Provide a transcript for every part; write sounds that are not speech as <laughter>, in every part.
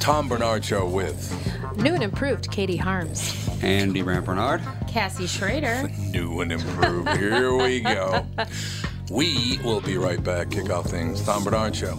Tom Bernard Show with New and improved Katie Harms. Andy Rampernard. Cassie Schrader. New and Improved. Here we go. We will be right back. Kick off things. Tom Bernard Show.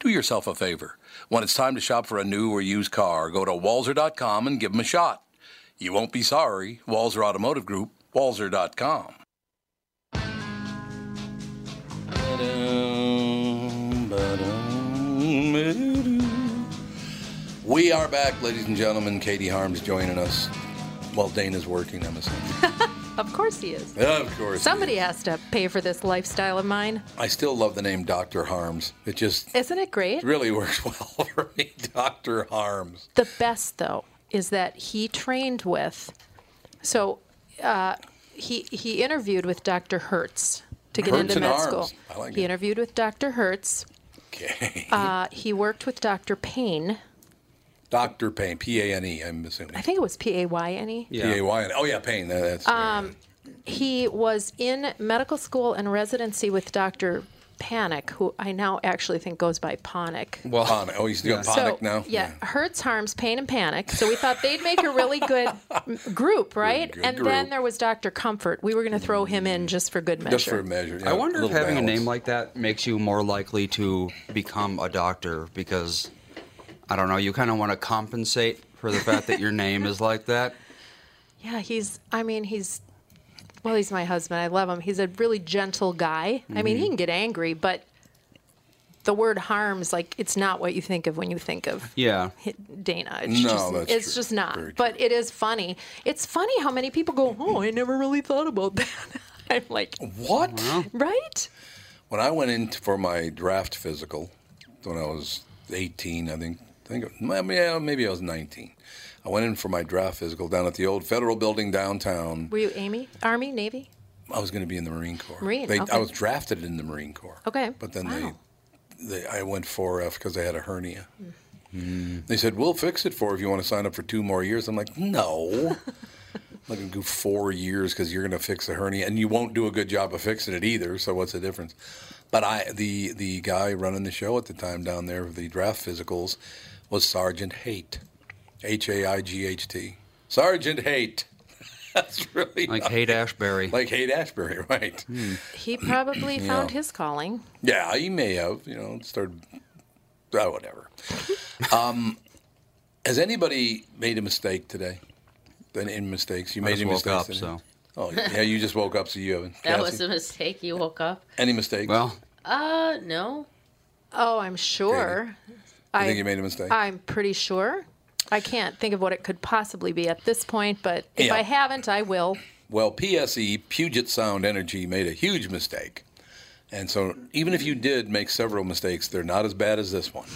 Do yourself a favor. When it's time to shop for a new or used car, go to walzer.com and give them a shot. You won't be sorry. Walzer Automotive Group, walzer.com. We are back, ladies and gentlemen. Katie Harms joining us. Well, Dana's working, I'm <laughs> assuming. Of course he is. of course. Somebody has to pay for this lifestyle of mine. I still love the name Dr. Harms. It just Isn't it great? really <laughs> works well for me, Dr. Harms. The best, though, is that he trained with. So uh, he he interviewed with Dr. Hertz to get Hertz into and med Arms. school. I like he it. interviewed with Dr. Hertz. Okay. Uh, he worked with Dr. Payne. Dr. Payne, P A N E, I'm assuming. I think it was P A Y N E. P A Y N. Oh, yeah, Payne. that- That's um, He was in medical school and residency with Dr. Panic, who I now actually think goes by Ponic. Well, Oh, he's doing So, Ponic now? Yeah, Hertz harms pain and panic. So we thought they'd make a really good <laughs> m- group, right? good and group. then there was Dr. Comfort. We were going to throw him in just for good measure. Just for a measure. yeah, I wonder if little having a balance. name like that makes you more likely to become a doctor because, I don't know, you kind of want to compensate for the fact that your name is like that. yeah, he's. I mean, he's. Well, he's my husband. I love him. He's a really gentle guy. I Mm-hmm. mean, he can get angry, but the word harms like it's not what you think of when you think of Yeah. hit Dana. It's No, just, that's it's true. just not. Very true. But it is funny. It's funny how many people go, "Oh, I never really thought about <laughs> that." I'm like, Oh. What? right? When I went in for my draft physical, when I was 18, I think, I think maybe, yeah, maybe I was 19. I went in for my draft physical down at the old federal building downtown. Were you Amy? Army, Navy? I was going to be in the Marine Corps. Marine, They, okay. I was drafted in the Marine Corps. Okay. But then Wow. Hmm. they, they, I went for F because I had a hernia. Mm. They said, "We'll fix it for you if you want to sign up for two more years." I'm like, <laughs> "No, I'm not going to do four years because you're going to fix a hernia and you won't do a good job of fixing it either. So what's the difference?" But I, the the guy running the show at the time down there with the draft physicals, was Sergeant Haight, H A I G H T, Sergeant Haight. <laughs> That's really Like Haight Ashbury. like Haight Ashbury, <laughs> right? Hmm. <clears throat> He probably found his calling. Yeah, he may have, you know, started, ah, <laughs> whatever. um, has anybody made a mistake today? Then in mistakes, you made just any woke mistakes up, today? so. Oh yeah, you just woke up, so you haven't. Cassie? That was a mistake. You woke up. any mistakes? well, Uh, no. Oh, I'm sure. I think you made a mistake. I'm pretty sure. I can't think of what it could possibly be at this point, but if Yeah. I haven't, I will. Well, PSE, Puget Sound Energy, made a huge mistake. And so, even if you did make several mistakes, they're not as bad as this <laughs> one.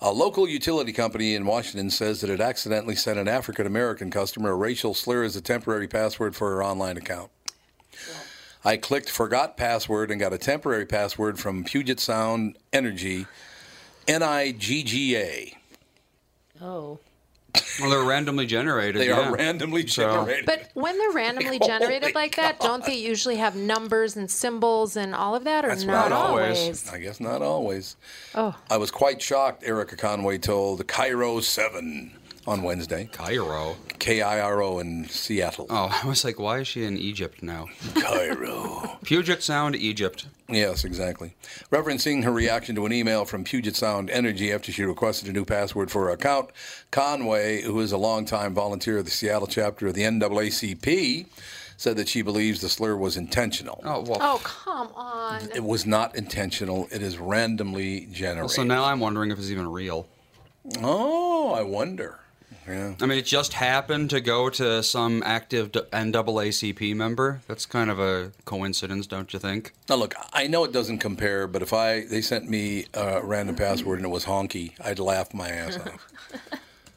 a local utility company in Washington says that it accidentally sent an African American customer a racial slur as a temporary password for her online account. I clicked forgot password and got a temporary password from Puget Sound Energy, N I G G A. Oh. Well, they're randomly generated. They yeah. are randomly So- generated. But when <laughs> they're Holy randomly generated like that, don't they usually have numbers and symbols and all of that, or That's not right. Always. always? I guess not always. Oh. I was quite shocked, Erica Conway told Cairo 7 on Wednesday, Cairo. K I R O in Seattle. Oh, I was like, why is she in Egypt now? <laughs> Cairo. Puget Sound, Egypt. yes, exactly. Referencing her reaction to an email from Puget Sound Energy after she requested a new password for her account, Conway, who is a longtime volunteer of the Seattle chapter of the NAACP, said that she believes the slur was intentional. Oh well. Oh, come on. It was not intentional. It is randomly generated. So now I'm wondering if it's even real. oh, I wonder. Yeah. I mean, it just happened to go to some active d- NAACP member. That's kind of a coincidence, don't you think? Now look, I know it doesn't compare, but if I they sent me a random password and it was honky, I'd laugh my ass <laughs> off.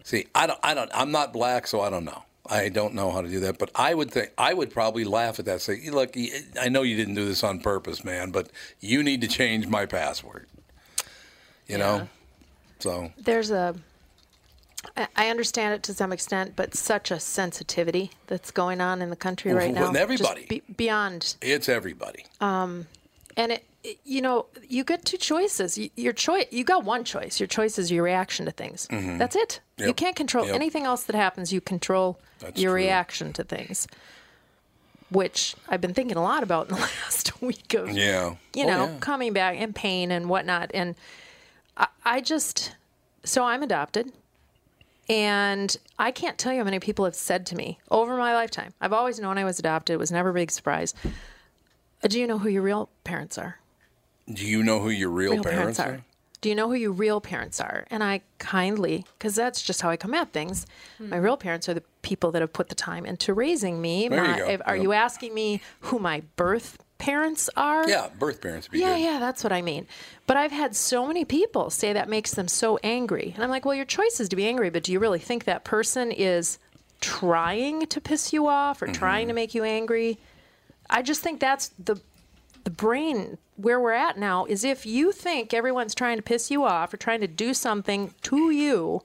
See, I don't, I don't, I'm not black, so I don't know. I don't know how to do that, but I would think I would probably laugh at that. Say, look, y- I know you didn't do this on purpose, man, but you need to change my password. You know, so There's a. I- I understand it to some extent, but such a sensitivity that's going on in the country Well, right now. with Just everybody. be- beyond it's everybody. Uh, and it, it- you know you get two choices Y- your choice you got one choice your choice is your reaction to things that's it you Mm-hmm. Yep. can't control Yep. anything else that happens you control That's your true. reaction to things which i've been thinking a lot about in the <laughs> last week of Yeah. you Oh, know yeah. coming back and pain and whatnot and I, I just so i'm adopted and I can't tell you how many people have said to me over my lifetime. I've always known I was adopted. It was never a big surprise. Uh, Do you know who your real parents are? Do you know who your real, Real parents, are. Do you know who your real parents are? And I kindly, because that's just how I come at things. Hmm. My real parents are the people that have put the time into raising me. There you My- go. if- Are Yep. you asking me who my birth parents are? Yeah, birth parents. Would be Yeah, good. yeah, that's what I mean. But I've had so many people say that makes them so angry. And I'm like, well, your choice is to be angry, but do you really think that person is trying to piss you off or Mm-hmm. trying to make you angry? I just think that's the the brain where we're at now is if you think everyone's trying to piss you off or trying to do something to you,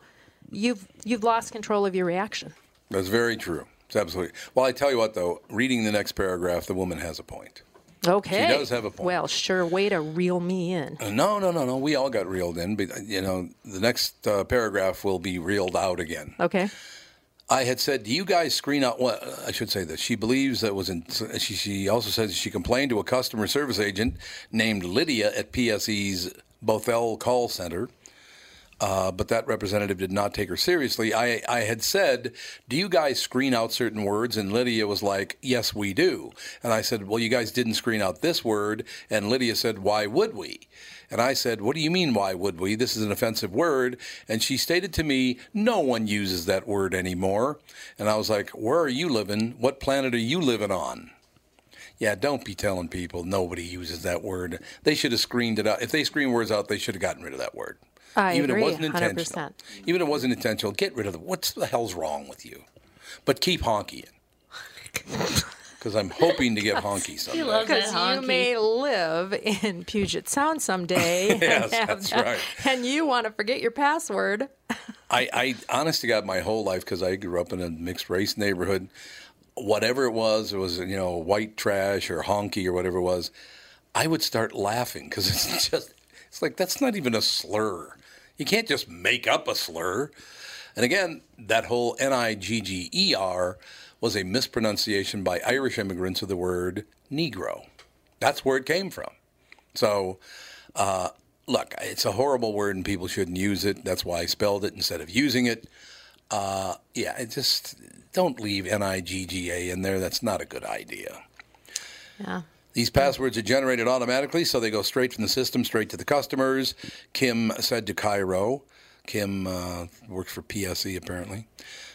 you've you've lost control of your reaction. That's very true. It's absolutely. Well, I tell you what, though, reading the next paragraph, the woman has a point. Okay. does have a point. Well, sure, way to reel me in. Uh, No, no, no, no. We all got reeled in, but you know, the next uh, paragraph will be reeled out again. Okay. I had said, "Do you guys screen out?" Well, I should say this. She believes that was in. She, she also says she complained to a customer service agent named Lydia at PSE's Bothell call center, uh, but that representative did not take her seriously. I, I had said, "Do you guys screen out certain words?" And Lydia was like, "Yes, we do." And I said, "Well, you guys didn't screen out this word." And Lydia said, "Why would we?" And I said, What do you mean, why would we? This is an offensive word. And she stated to me, No one uses that word anymore. And I was like, Where are you living? What planet are you living on? Yeah, don't be telling people nobody uses that word. They should have screened it out. If they screen words out, they should have gotten rid of that word. I Even agree, it wasn't intentional. 100%. Even if it wasn't intentional, get rid of the what's the hell's wrong with you? But keep honky it. <laughs> Because I'm hoping to get honky someday. She loves that Because you honky. may live in Puget Sound someday. <laughs> Yes, and have that's <laughs> that- right. And you want to forget your password. I, I honest to God, my whole life, because I grew up in a mixed race neighborhood, whatever it was, it was, you know, white trash or honky or whatever it was, I would start laughing because <laughs> it's just, it's like, that's not even a slur. You can't just make up a slur. And again, that whole N I G G E R was a mispronunciation by Irish immigrants of the word Negro. That's where it came from. So, look, it's a horrible word and people shouldn't use it. That's why I spelled it instead of using it. Uh, yeah, it just don't leave N I G G A in there. That's not a good idea. Yeah. These passwords are generated automatically, so they go straight from the system straight to the customers. Kim said to Cairo. Kim uh, works for PSE apparently.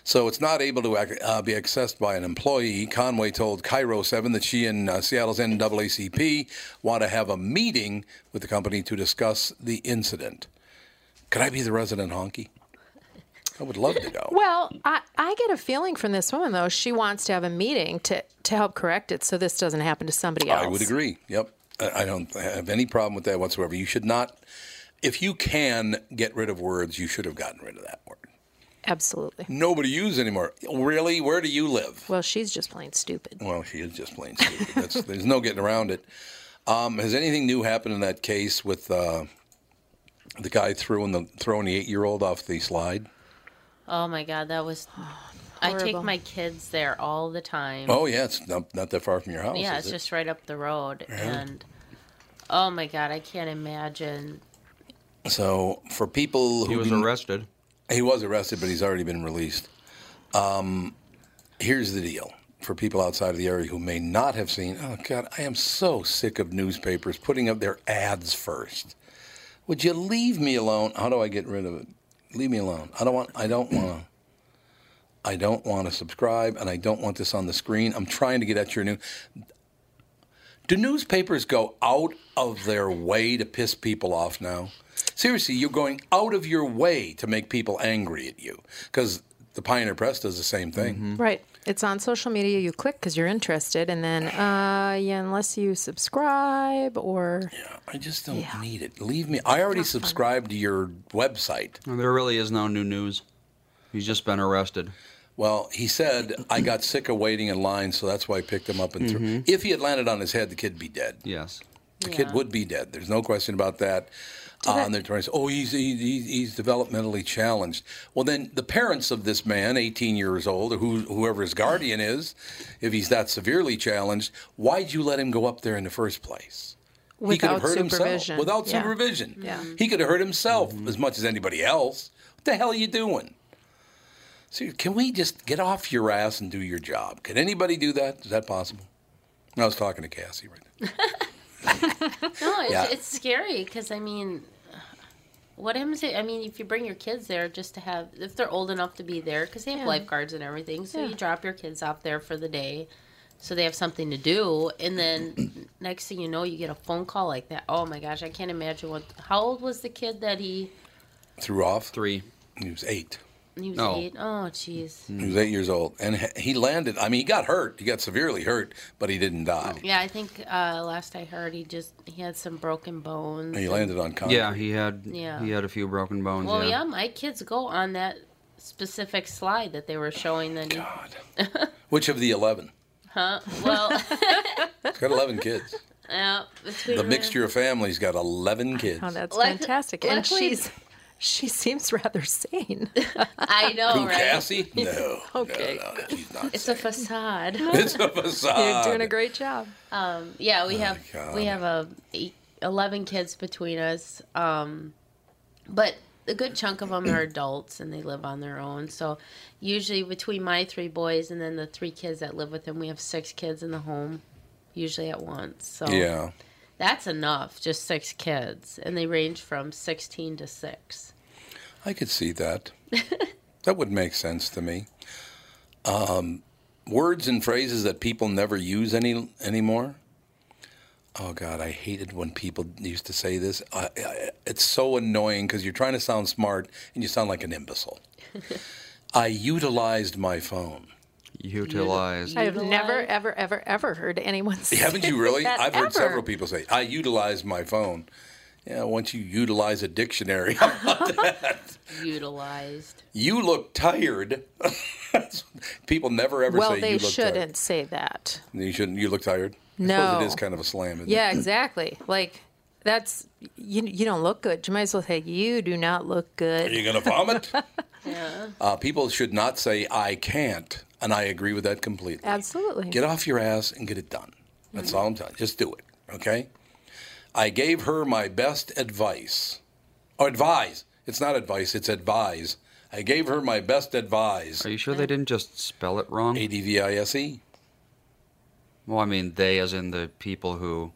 So it's not able to ac- uh, be accessed by an employee. Conway told Cairo 7 that she and uh, Seattle's NAACP want to have a meeting with the company to discuss the incident. Could I be the resident honky? I would love to go. Well, I, I get a feeling from this woman though. She wants to have a meeting to, to help correct it so this doesn't happen to somebody else. I would agree. Yep. I I don't have any problem with that whatsoever. You should not, if you can get rid of words, you should have gotten rid of that word. Absolutely. Nobody uses anymore. Really? Where do you live? Well, she's just plain stupid. Well, she is just plain stupid. That's, <laughs> there's no getting around it. Um, has anything new happened in that case with uh, the guy throwing the throwing the eight year old off the slide? Oh my god, that was. I take Horrible. my kids there all the time. Oh yeah, it's not, not that far from your house. yeah, is it's it? just right up the road, and oh my god, I can't imagine. so for people who He was didn't- arrested. He was arrested, but he's already been released. Um, here's the deal for people outside of the area who may not have seen. Oh God, I am so sick of newspapers putting up their ads first. Would you leave me alone? How do I get rid of it? Leave me alone. I don't want. I don't want to. I don't want to subscribe, and I don't want this on the screen. I'm trying to get at your new. Do newspapers go out of their way to piss people off now? Seriously, you're going out of your way to make people angry at you because the Pioneer Press does the same thing. Right. It's on social media. You click because you're interested, and then uh, yeah, unless you subscribe or I just don't need it. Leave me. I already subscribed to your website. There really is no new news. He's just been arrested. Well, he said I got sick of waiting in line, so that's why I picked him up and threw. If he had landed on his head, the kid'd be dead. Yes. The kid Yeah. would be dead. There's no question about that. Uh, and they're trying to say, oh, he's, he, he, he's developmentally challenged. Well, then the parents of this man, 18 years old, or who, whoever his guardian is, if he's that severely challenged, why'd you let him go up there in the first place? he could have without hurt supervision. himself without Yeah. supervision. Yeah. He could have hurt himself as much as anybody else. What the hell are you doing? See, can we just get off your ass and do your job? Can anybody do that? Is that possible? I was talking to Cassie right <laughs> now. No, it's, Yeah. it's scary because I mean, what happens? if- I mean, if you bring your kids there just to have, if they're old enough to be there, because they have Yeah. lifeguards and everything, so Yeah. you drop your kids off there for the day, so they have something to do, and then next thing you know, you get a phone call like that. Oh my gosh, I can't imagine what. How old was the kid that he? Threw off. Three. He was eight. He was Oh. eight. Oh, jeez. He was Mm. eight years old, and he- he landed. I mean, he got hurt. He got severely hurt, but he didn't die. Yeah, I think uh, last I heard, he just he had some broken bones. He landed on concrete. Yeah, he had. Yeah. He had a few broken bones. Well, yeah. yeah. my kids go on that specific slide that they were showing. <laughs> Then, God. Which of the eleven? huh? Well, <laughs> He's got eleven kids. yeah, between The mixture of families got eleven kids. Oh, that's Luck- fantastic. and luckily- she's she seems rather sane. <laughs> I know, Who, right? Cassie? No. Okay. No, no, she's not. It's a facade. <laughs> It's a facade. <laughs> You're doing a great job. yeah, we have Oh God. we have a eight, eleven kids between us, um, but a good chunk of them <clears throat> are adults and they live on their own. So usually between my three boys and then the three kids that live with them, we have six kids in the home, usually at once. So Yeah. that's enough. Just six kids, and they range from sixteen to six. I could see <laughs> that. that would make sense to me. Um, words and phrases that people never use any anymore. Oh God, I hated when people used to say this. I, I, it's so annoying because you're trying to sound smart and you sound like an <laughs> imbecile. I utilized my phone. Utilized. I have never, Utilize- ever, ever, ever heard anyone say <laughs> Haven't you really? <laughs> that I've heard ever. several people say, "I utilized my phone." Yeah, once you utilize a dictionary, <laughs> how about that? Utilized. You look tired. <laughs> People never ever Well, say they you look shouldn't tired. say that. You shouldn't. You look tired. I No. suppose it is kind of a slam. Isn't Yeah, It? exactly. Like that's you. You don't look good. You might as well say you do not look Are good. you gonna <laughs> vomit? Yeah. uh, people should not say I can't, and I agree with that completely. Absolutely. Get off your ass and get it done. That's all I'm telling. you. Just do it. Okay. I gave her my best advice. Or advise. It's not advice. It's advise. I gave her my best advise. Are you sure they didn't just spell it wrong? A D V I S E. Well, I mean, they as in the people who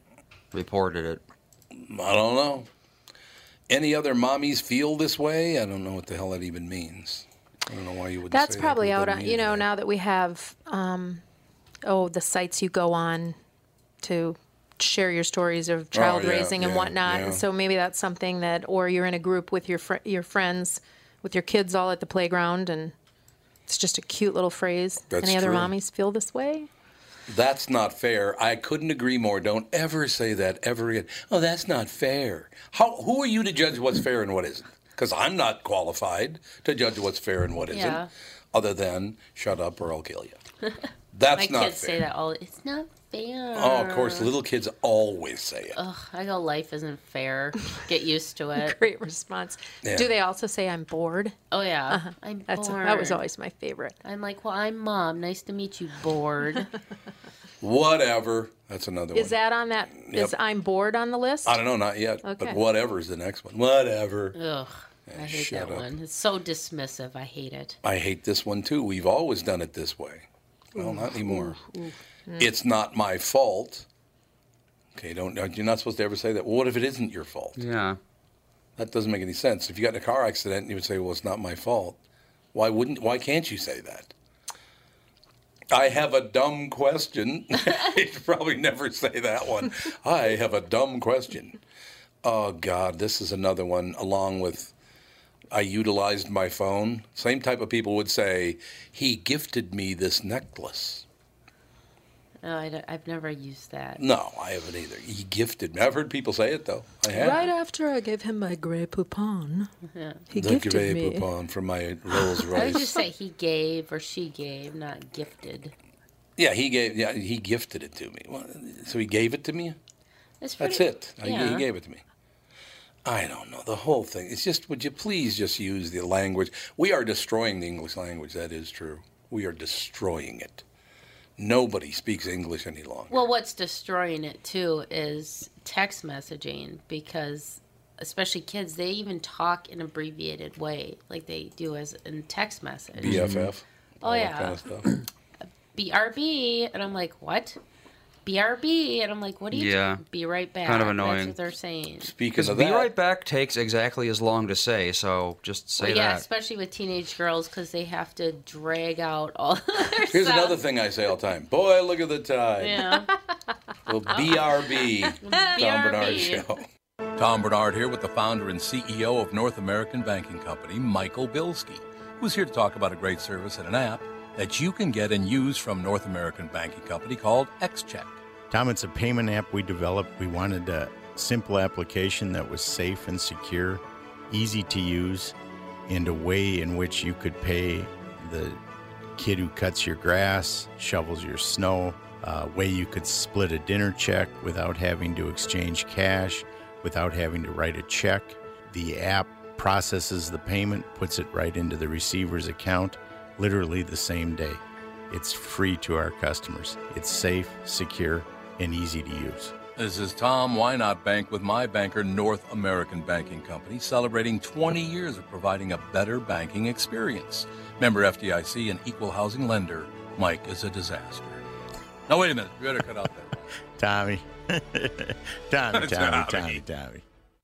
reported it. I don't know. Any other mommies feel this way? I don't know what the hell that even means. I don't know why you would. That's say probably that. out Doesn't on, mean you know, anything. now that we have, um, oh, the sites you go on to share your stories of child Oh, yeah, raising and yeah, whatnot. And yeah. so maybe that's something that, or you're in a group with your fr- your friends, with your kids all at the playground, and it's just a cute little phrase. That's Any other true. mommies feel this way? That's not fair. I couldn't agree more. Don't ever say that ever again. Oh, that's not fair. How? Who are you to judge what's fair and what isn't? Because I'm not qualified to judge what's fair and what isn't. Yeah. Other than shut up or I'll kill <laughs> you. That's My not kids fair. say that all. It's not fair. Oh, of course, little kids always say it. Ugh, I go, life isn't <laughs> fair. Get used to it. Great response. Yeah. Do they also say I'm bored? Oh yeah, I'm Uh-huh. That's bored. that was always my favorite. I'm like, well, I'm mom. Nice to meet you. <laughs> Bored. Whatever. That's another one. Is that on that? Is Yep. I'm bored on the list? I don't know, not yet. Okay. But whatever is the next one. Whatever. Ugh, I hate shut that up. one. It's so dismissive. I hate it. I hate this one too. We've always done it this way. Well, not anymore. It's not my fault. Okay, don't you're not supposed to ever say that. Well, what if it isn't your fault? Yeah. That doesn't make any sense. If you got in a car accident and you would say, "Well, it's not my fault," why wouldn't? Why can't you say that? I have a dumb question. <laughs> You'd probably never say that one. I have a dumb question. Oh God, this is another one. Along with, I utilized my phone. Same type of people would say, "He gifted me this necklace." No, Oh, I don't- I've never used that. No, I haven't either. He gifted me. I've heard people say it though. I have. Right after I gave him my Grey Poupon, he the gifted Grey me. Poupon for <sighs> my Rolls I would Royce. just say he gave or she gave, not gifted. Yeah, he gave. Yeah, he gifted it to me. Well, so he gave it to me. It's pretty, That's it. I- Yeah. He gave it to me. I don't know the whole thing. It's just, would you please just use the language? We are destroying the English language. That is true. We are destroying it. Nobody speaks English any longer. Well, what's destroying it too is text messaging because, especially kids, they even talk in abbreviated way, like they do as in text message. BFF. Mm-hmm. all that Oh, yeah. Kind of stuff. BRB, and I'm like, what? BRB, and I'm like, what do you? Yeah. Be right back. Kind of That's annoying. what they're saying. Speaking Because of be that, right back takes exactly as long to say, so just say But yeah, that. especially with teenage girls because they have to drag out all <laughs> their here's sounds. another thing I say all the time. Boy, look at the time. <laughs> Yeah. Well, BRB. Tom Bernard BRB. Show. Tom Bernard here with the founder and CEO of North American Banking Company, Michael Bilski, who's here to talk about a great service and an app that you can get and use from North American Banking Company called XCheck. Tom, it's a payment app we developed. We wanted a simple application that was safe and secure, easy to use, and a way in which you could pay the kid who cuts your grass, shovels your snow, a way you could split a dinner check without having to exchange cash, without having to write a check. The app processes the payment, puts it right into the receiver's account literally the same day. It's free to our customers. It's safe, secure, and easy to use. This is Tom. Why not bank with my banker, North American Banking Company, celebrating 20 years of providing a better banking experience. Member FDIC and equal housing lender, Mike is a disaster. Now, wait a minute. You better cut out that. Tommy. <laughs> Tommy, Tommy, Tommy, Tommy, Tommy.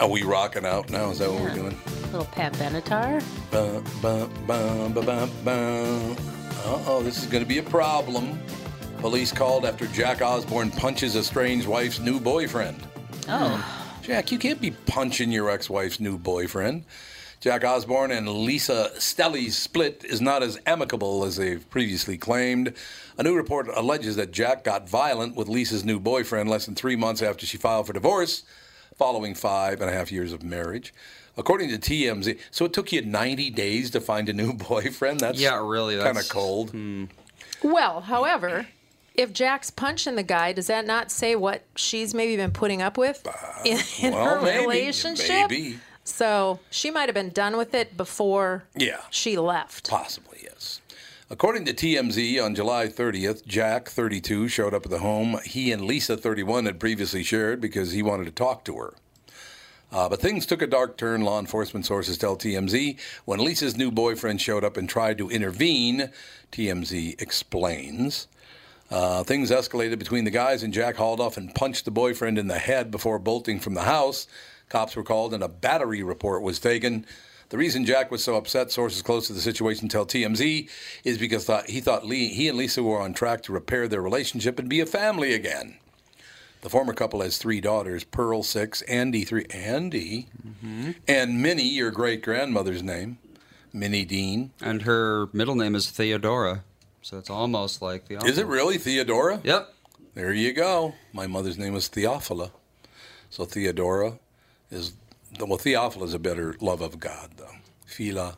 Are we rocking out now? Is that what we're doing? Little Pat Benatar. Bum, bum, bum, bum, bum, bum. Uh oh, this is going to be a problem. Police called after Jack Osborne punches estranged wife's new boyfriend. Oh, Jack, you can't be punching your ex wife's new boyfriend. Jack Osborne and Lisa Stelly's split is not as amicable as they've previously claimed. A new report alleges that Jack got violent with Lisa's new boyfriend less than three months after she filed for divorce, following five and a half years of marriage. According to TMZ, so it took you 90 days to find a new <laughs> boyfriend? That's Yeah, really, kind of that's- hmm. cold. Well, however, if Jack's punching the guy, does that not say what she's maybe been putting up with in, in Uh, well, her Oh, maybe, relationship? maybe. So she might have been done with it before Yeah. she left. Possibly, yes. According to TMZ, on July 30th, Jack, 32, showed up at the home he and Lisa, 31, had previously shared because he wanted to talk to her. Uh, but things took a dark turn, law enforcement sources tell TMZ, when Lisa's new boyfriend showed up and tried to intervene, TMZ explains. Uh, things escalated between the guys, and Jack hauled off and punched the boyfriend in the head before bolting from the house. Cops were called, and a battery report was taken. The reason Jack was so upset, sources close to the situation tell TMZ, is because thought, he thought Lee, he and Lisa were on track to repair their relationship and be a family again. The former couple has three daughters Pearl, six, Andy, three, Andy, and Minnie, your great grandmother's name, Minnie Dean. And her middle name is Theodora, so it's almost like the. Is it really Theodora? Yep. There you go. My mother's name was Theophila. So Theodora is, well, Theophila is a better love of God, though. Phila,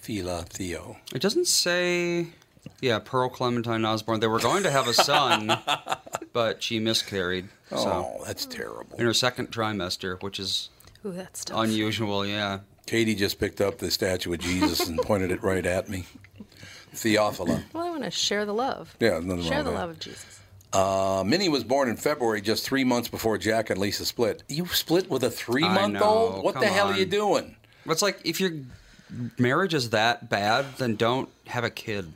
Phila, Theo. It doesn't say. Yeah, Pearl Clementine Osborne. They were going to have <laughs> a son, but she miscarried. So Oh, that's terrible. in her second trimester, which is Ooh, that's tough. unusual. Yeah. Katie just picked up the statue of Jesus <laughs> and pointed it right at me. Theophila. Well, I want to share the love. Yeah, there's nothing Share wrong the with that. love of Jesus. Uh, Minnie was born in February, just three months before Jack and Lisa split. You split with a three month know, old? What the come hell are you on. doing? It's like if your marriage is that bad, then don't have a kid.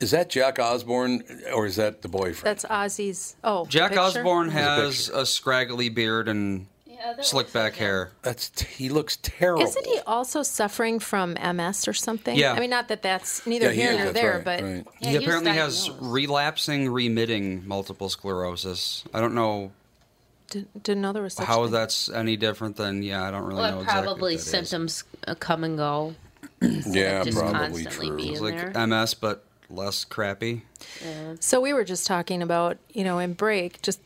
Is that Jack Osborne or is that the boyfriend? That's Ozzy's. Oh, Jack picture? Osborne There's has a, scraggly beard and Yeah, that slick looks back like him. hair. That's he looks terrible. Isn't he also suffering from MS or something? Yeah. I mean, not that that's neither Yeah, he here is, nor that's there, right, but right. Yeah, he was apparently has diagnosed. relapsing, remitting multiple sclerosis. I don't know didn't, didn't know there was such a how thing. that's any different than yeah. I don't really know well, it exactly. probably what that is. symptoms uh, come and go. Yeah, just probably constantly true. be in It's like there. MS, but less crappy. So we were just talking about, you know, in break, just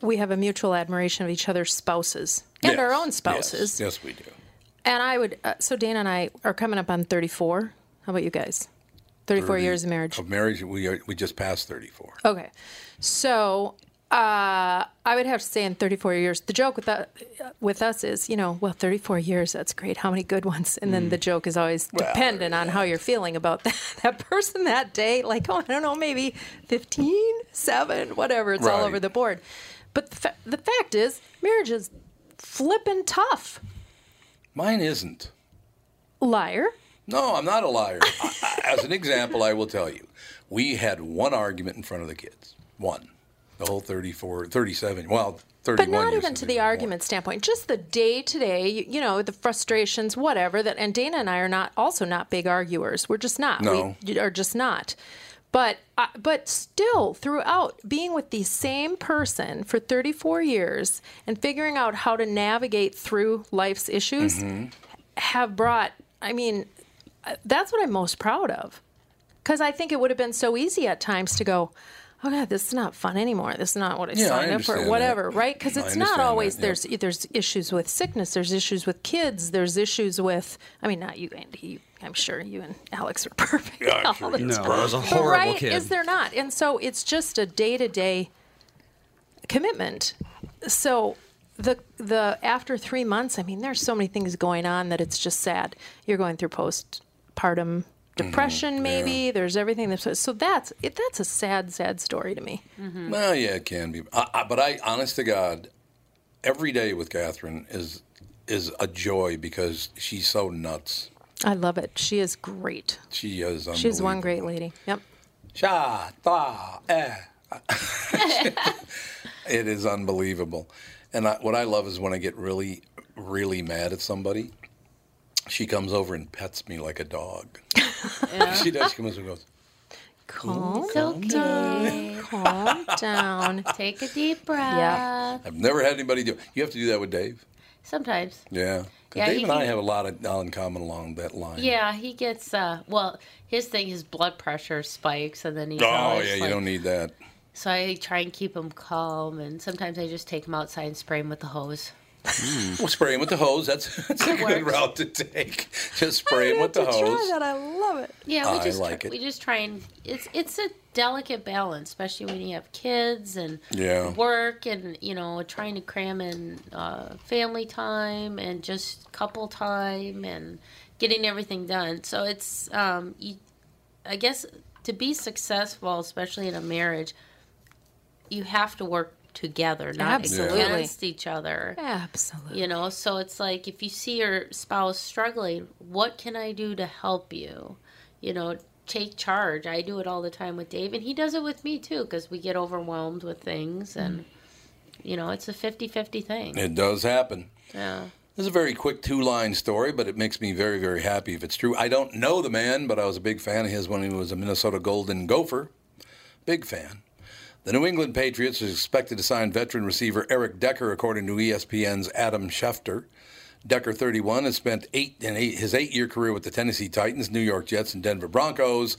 we have a mutual admiration of each other's spouses and Yes, our own yes, spouses. Yes, we do. And I would, uh, so Dana and I are coming up on 34. How about you guys? 34 years of marriage. Of marriage, we are, we just passed thirty-four. Okay. So uh, I would have to say in 34 years, the joke with, that, with us is, you know, well, 34 years, that's great. How many good ones? And then the joke is always dependent on how you're feeling about <laughs> that, that person that day. Like, oh, I don't know, maybe 15, 7, whatever. It's all Right. over the board. But the, fa- the fact is, marriage is flippin' tough. Mine isn't. Liar. No, I'm not a liar. I- I- As an example, I will tell you, we had one argument in front of the kids. One, the whole 34, 37, well, But thirty-one. not years even since to they the were born. argument standpoint, just the day to day, you you know, the frustrations, whatever. That and Dana and I are not also not big arguers. We're just not. No. We are just not. But I but still, throughout being with the same person for 34 years and figuring out how to navigate through life's issues, Mm-hmm. have brought. I mean, uh, that's what I'm most proud of because I think it would have been so easy at times to go, oh god, this is not fun anymore. This is not what I Yeah, I signed up understand for, that. whatever, right? Because I it's not understand that, always yeah. there's there's issues with sickness, there's issues with kids, there's issues with. I mean, not you, Andy. You, I'm sure you and Alex are <laughs> perfect. Yeah, I'm in all sure this. you No, I was a But horrible right? kid. Is there not? And so it's just a day to day commitment. So the the after three months, I mean, there's so many things going on that it's just sad. You're going through postpartum Mm-hmm. depression, maybe. There's everything that's so that's it, that's a sad, sad story to me. Well, yeah, it can be. I, I, but I, honest to God, every day with Catherine is is a joy because she's so nuts. I love it. She is great. She is. She's one unbelievable. great lady. Yep. Cha, ta, eh. <laughs> it is unbelievable. And I, what I love is when I get really, really mad at somebody, <laughs> she comes over and pets me like a dog. she does. She comes over and goes, Calm It's okay. <laughs> down. Calm down. Take a deep breath. Yep. I've never had anybody do. You have to do that with Dave. Sometimes. Yeah. Oh, 'Cause Yeah, Dave he and I can- have a lot of in common along that line. Yeah, he gets uh well, his thing his blood pressure spikes and then he's Oh always yeah, you like- don't need that. So I try and keep him calm and sometimes I just take him outside and spray him with the hose. Well, spray him with the hose. That's, <laughs> that's a good works. route to take. Just I spray him have with to the try hose. that. I love it. Yeah, we I just like tr- it. we just try and it's it's a delicate balance, especially when you have kids and Yeah. work and you know trying to cram in uh, family time and just couple time and getting everything done. So it's um, you, I guess to be successful, especially in a marriage, you have to work together, not Absolutely. against each other. Absolutely. You know, so it's like if you see your spouse struggling, what can I do to help you? You know, take charge. I do it all the time with Dave, and he does it with me too because we get overwhelmed with things, and you know, it's a 50 50 thing. Mm. It does happen. yeah. This is a very quick two line story, but it makes me very, very happy if it's true. I don't know the man, but I was a big fan of his when he was a Minnesota Golden Gopher. Big fan. The New England Patriots is expected to sign veteran receiver Eric Decker, according to E ESPN's Adam Schefter. Decker, 31, has spent eight in eight, his eight year career with the Tennessee Titans, New York Jets, and Denver Broncos,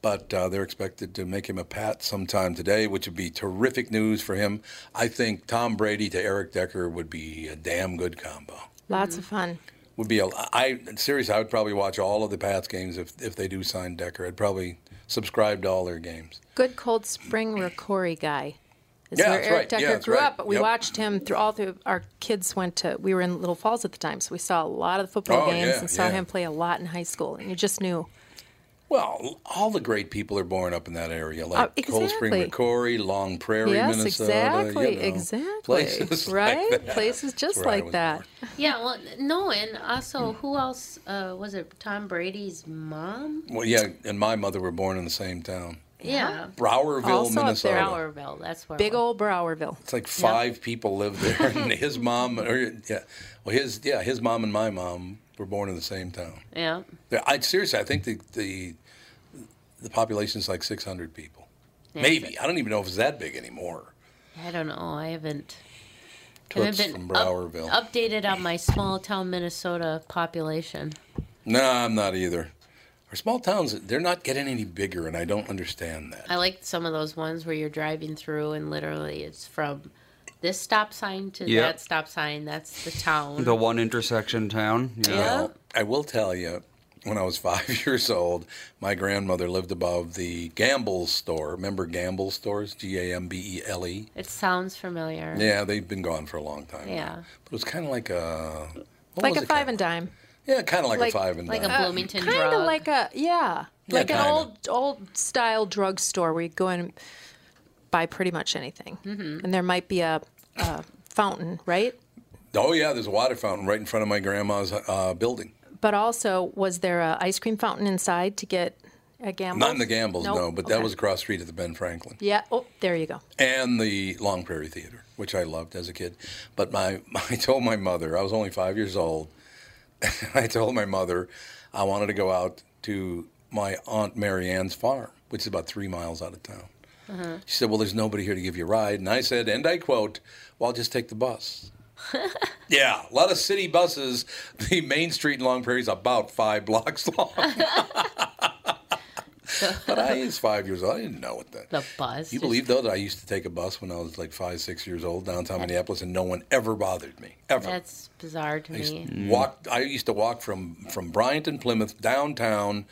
but uh, they're expected to make him a pat sometime today, which would be terrific news for him. I think Tom Brady to Eric Decker would be a damn good combo Lots of fun. would be a I seriously I would probably watch all of the Pats games if if they do sign Decker. I'd probably subscribe to all their games. Good Cold Spring Ricori guy. Is Yeah, where that's Eric right. Yeah, Decker that's grew right. up, but we Yep. watched him through all through. Our kids went to. We were in Little Falls at the time, so we saw a lot of the football Oh, games yeah, and saw yeah. him play a lot in high school. And you just knew. Well, all the great people are born up in that area, like Oh, Cold Spring exactly. McCory, Long Prairie, yes, Minnesota. exactly, you know, exactly. Places <laughs> right, Like that. places just That's where I like was that. Yeah, well, no, and Mm. also, who else uh, was it? Tom Brady's mom? Well, yeah, and my mother were born in the same town, Yeah. Browerville, Also up there. Minnesota. Browerville, that's where it Big was. old Browerville. It's like five people lived <laughs> there, and his mom, or yeah, well, his yeah, his mom and my mom were born in the same town. Yeah. Yeah, I seriously, I think the the the population's like 600 people. Maybe I don't even know if it's that big anymore. I don't know. I haven't. I Toots haven't from up- Browerville. updated on my small town Minnesota population. No, I'm not either. Our small towns, they're not getting any bigger, and I don't understand that. I like some of those ones where you're driving through and literally it's from this stop sign to Yep. that stop sign. That's the town. The one intersection town. Yeah. Well, I will tell you, when I was <laughs> five years old, my grandmother lived above the Gamble's store. Remember Gamble's stores? G A M B E L E. It sounds familiar. Yeah, they've been gone for a long time. now. Yeah. but it was kind of like a what Like was a it five kinda- and dime. yeah, kind of like, like- a five and Like a dime. Bloomington Kind of drug. like a yeah, Yeah, like an kinda. old old style drugstore where you go in and buy pretty much anything, Mm-hmm. and there might be a, a fountain, right? Oh yeah, there's a water fountain right in front of my grandma's uh, building. But also, was there a ice cream fountain inside to get a gamble? Not in the Gambles, Nope. no, but that Okay. was across the street at the Ben Franklin yeah. Oh, there you go. and the Long Prairie Theater, which I loved as a kid. But my, <laughs> I told my mother I was only five years old. <laughs> And I told my mother I wanted to go out to my aunt Mary Ann's farm, which is about three miles out of town. She said, "Well, there's nobody here to give you a ride," and I said, and I quote, "Well, I'll just take the bus." yeah, a lot of city buses. <laughs> The main street in Long Prairie is about five blocks long. <laughs> but I was five years old. I didn't know what that. the bus. You believe though that I used to take a bus when I was like five, six years old downtown Minneapolis, and no one ever bothered me ever. That's bizarre to I used, me. to walk, I used to walk from from Bryant and Plymouth downtown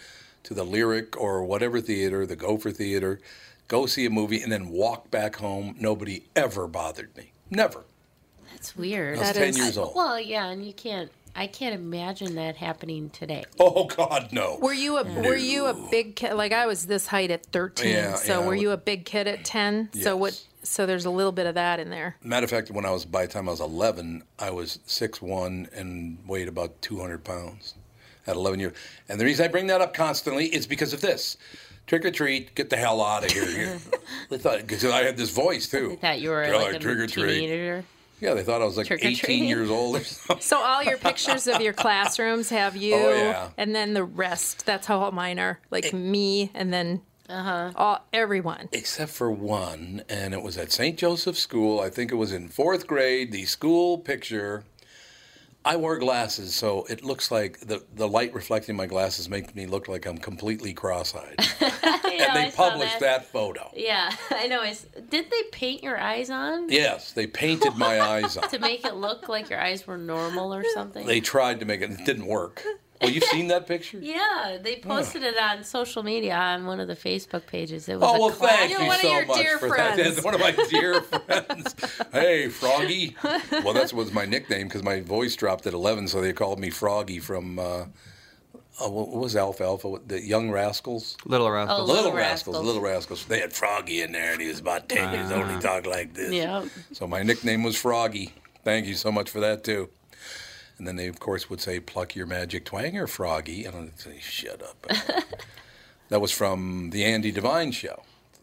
to the Lyric or whatever theater, the Gopher Theater, go see a movie, and then walk back home. Nobody ever bothered me. Never. That's weird. I was That ten is- years old. well, yeah, and you can't. I can't imagine that happening today. Oh God, no. Were you a were you a big kid? Like I was this height at thirteen. Yeah, so yeah, I were you would- a big kid at ten? So what? Yes. So there's a little bit of that in there. Matter of fact, when I was by the time I was eleven, I was six one and weighed about two hundred pounds at eleven years. And the reason I bring that up constantly is because of this: trick or treat, get the hell out of <laughs> here. Because I had this voice too. I thought you were They're like a trick or treat. teenager. Yeah, they thought I was like Trick or treat. eighteen years <laughs> old or something. So all your pictures of your classrooms have <laughs> you, Oh, yeah. and then the rest. That's how all mine are. Like me, and then Uh-huh. All everyone. except for one, and it was at St. Joseph's School. I think it was in fourth grade. The school picture. I wore glasses, so it looks like the, the light reflecting my glasses makes me look like I'm completely cross-eyed. and they published that. photo. Yeah, <laughs> I know. It's, did they paint your eyes on Yes, they painted my eyes on. to make it look like your eyes were normal or something? They tried to make it. It didn't work. Well, you've seen that picture? yeah, they posted it on social media on one of the Facebook pages. It was Oh a well, class. thank You're you one of so your much dear for friends. that. One of my <laughs> dear friends. Hey, Froggy. Well, that was my nickname because my voice dropped at eleven, so they called me Froggy from. Uh, uh, what what was Alfalfa? What- The Young Rascals. Little Rascals. Little Little Rascals, Rascals. Little Rascals. They had Froggy in there, and he was about ten years old. Ah. He talked like this. Yeah. So my nickname was Froggy. Thank you so much for that too. And then they of course would say, "Pluck your magic twanger, Froggy," and I'd say, "Shut up." that was from the Andy Devine show.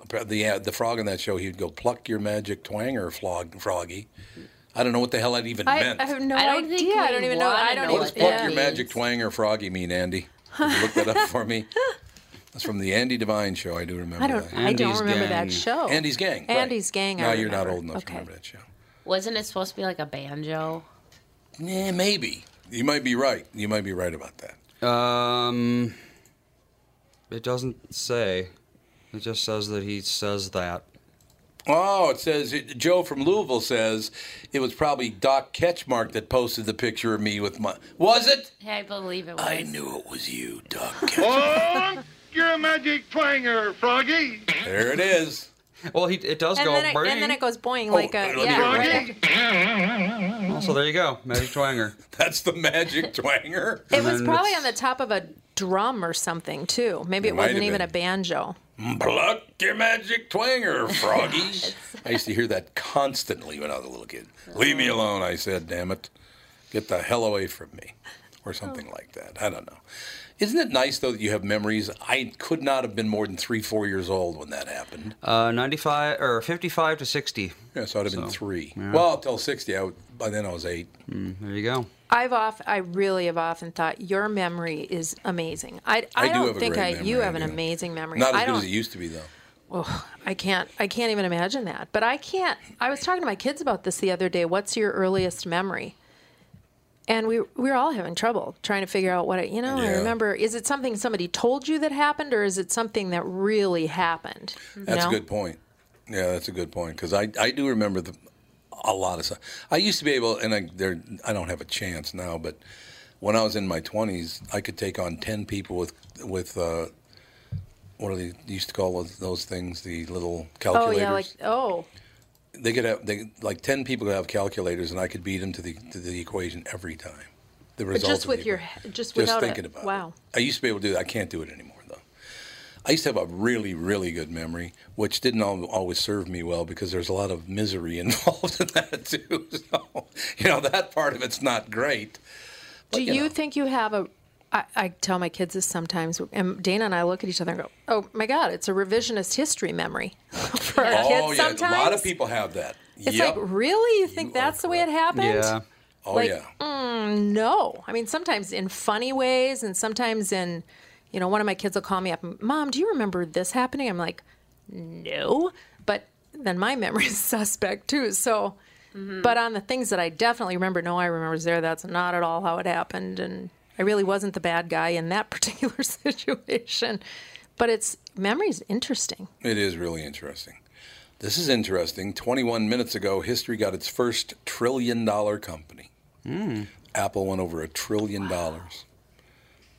The uh, the frog in that show, he'd go, "Pluck your magic twanger, flog, Froggy." I don't know what the hell that even I, meant. I have no I don't idea. think I we don't even know. wanna I know don't what even. does what "pluck that your means. magic twanger, Froggy" mean, <laughs> Andy? Could you look that up for me? That's from the Andy Devine show. I do remember I don't. that. I don't Andy's remember gang. that show. Andy's gang. right. Andy's gang, I No, you're not remember. old enough to Okay. remember that show. Wasn't it supposed to be like a banjo? Yeah, maybe. You might be right. You might be right about that. Oh. Um, it doesn't say. It just says that he says that. Oh, it says Joe from Louisville says it was probably Doc Ketchmark that posted the picture of me with my. Was it? Yeah, I believe it was. I knew it was you, Doc Ketchmark. You're a magic twanger, Froggy. there it is. Oh, Well, he it does and, go then it, burning. and then it goes boing like let a me yeah. go right back. after- Oh, so there you go, <laughs> Magic Twanger. That's the magic twanger. It was then probably it's- on the top of a drum or something too. Maybe It it might have wasn't even been. a banjo. Pluck your magic <laughs> twanger, froggy. I used to hear that constantly when I was a little kid. Leave me alone, I said, damn it. Get the hell away from me. Oh. Or something like that. I don't know. Isn't it nice, though, that you have memories? I could not have been more than three, four years old when that happened. Uh, ninety-five or fifty-five to sixty. Yes, I'd have been three. Well, till 60, I w by then I was eight. There you go. I've off. I really have often thought your memory is amazing. I, I, do don't have a think great I you memory, I have an do. amazing memory. Not as I good don't. as it used to be, though. I can't. I can't even imagine that. But I can't. I was talking to my kids about this the other day. What's your earliest memory? And we we were all having trouble trying to figure out what it. You know, I Yeah. remember. Is it something somebody told you that happened, or is it something that really happened? You That's know? a good point. Yeah, that's a good point because I, I do remember the, a lot of stuff. I used to be able, and I there I don't have a chance now, but when I was in my twenties, I could take on ten people with with uh, what are they used to call those, those things? The little Oh calculators. yeah, like oh. they could have they like ten people could have calculators, and I could beat them to the to the equation every time. The result just of with the your equation. he- just just without thinking it. about it. wow. I used to be able to do that. I can't do it anymore though. I used to have a really, really good memory, which didn't al- always serve me well because there's a lot of misery <laughs> involved in that too. <laughs> So, you know, that part of it's not great. Do you you, know. think you have a? I, I tell my kids this sometimes, and Dana and I look at each other and go, "Oh my God, it's a revisionist history memory <laughs> for our oh kids." yeah, Sometimes a lot of people have that. It's yep. like, really? You think are that's the way it happened? Yeah. oh like, mm. yeah. No, I mean sometimes in funny ways, and sometimes in, you know, one of my kids will call me up, and, "Mom, do you remember this happening?" I'm like, "No," but then my <laughs> memory is suspect too. So, Mm-hmm. but on the things that I definitely remember, no, I remember was there. That's not at all how it happened, and I really wasn't the bad guy in that <laughs> particular situation. But it's memory's interesting. It is really interesting. This is interesting. 21 minutes ago, history got its first trillion dollar company. Apple went over a trillion dollars.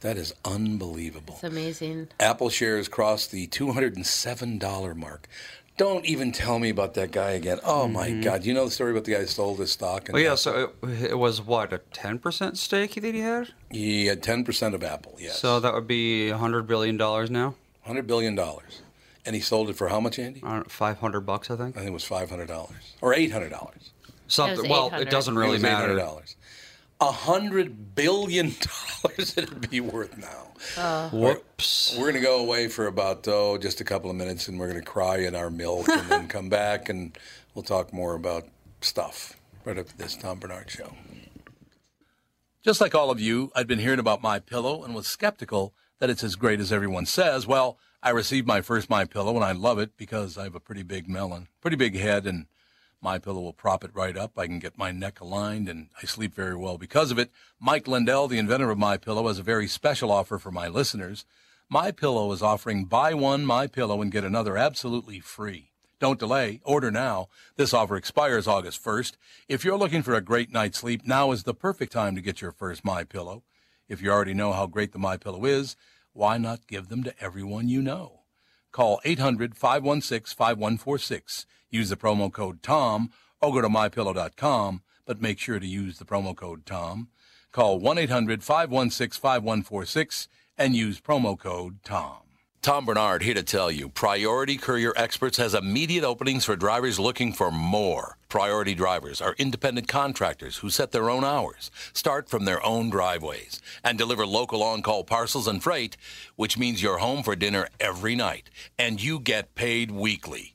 That is unbelievable. It's amazing. Apple shares crossed the $207 mark. Don't even tell me about that guy again. Oh my Mm-hmm. God. You know the story about the guy who sold his stock? And Well, yeah. So it, it was what a ten percent stake that he had. He had 10% of Apple, yes. So that would be hundred billion dollars now. $100 billion. And he sold it for how much, Andy? I I don't five hundred bucks, I think. think it was $500 or $800. Something. was well, it 800. doesn't really matter. dollars. A hundred billion <laughs> dollars it'd be worth now. Whoops. We're gonna go away for about oh just a couple of minutes, and we're gonna cry in our milk, and then come back, and we'll talk more about stuff right after this Tom Bernard show. Just like all of you, I'd been hearing about my pillow and was skeptical that it's as great as everyone says. Well, I received my first My Pillow, and I love it because I have a pretty big melon, pretty big head, and My Pillow will prop it right up. I can get my neck aligned, and I sleep very well because of it. Mike Lindell, the inventor of My Pillow, has a very special offer for my listeners. My Pillow is offering buy one My Pillow and get another absolutely free. Don't delay. Order now. This offer expires August 1st. If you're looking for a great night's sleep, now is the perfect time to get your first My Pillow. If you already know how great the My Pillow is, why not give them to everyone you know? Call 800-516-5146. Use the promo code TOM or go to mypillow.com, but make sure to use the promo code TOM. Call 1-800-516-5146 and use promo code TOM. Tom Bernard here to tell you Priority Courier Experts has immediate openings for drivers looking for more. Priority drivers are independent contractors who set their own hours, start from their own driveways, and deliver local on call parcels and freight, which means you're home for dinner every night and you get paid weekly.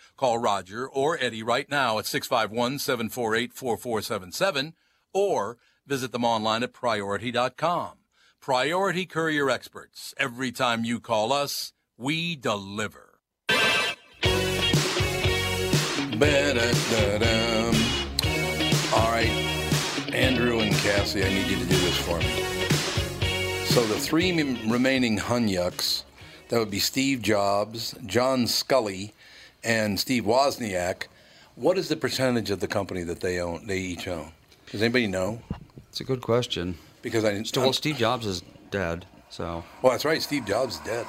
Call Roger or Eddie right now at 651 748 4477 or visit them online at priority.com. Priority Courier Experts. Every time you call us, we deliver. Ba-da-da-dum. All right, Andrew and Cassie, I need you to do this for me. So the three m- remaining Hunyucks, that would be Steve Jobs, John Scully, and Steve Wozniak. What is the percentage of the company that they own? They each own. Does anybody know? It's a good question. Because I St- Well, Steve Jobs is dead, so Well, that's right. Steve Jobs is dead.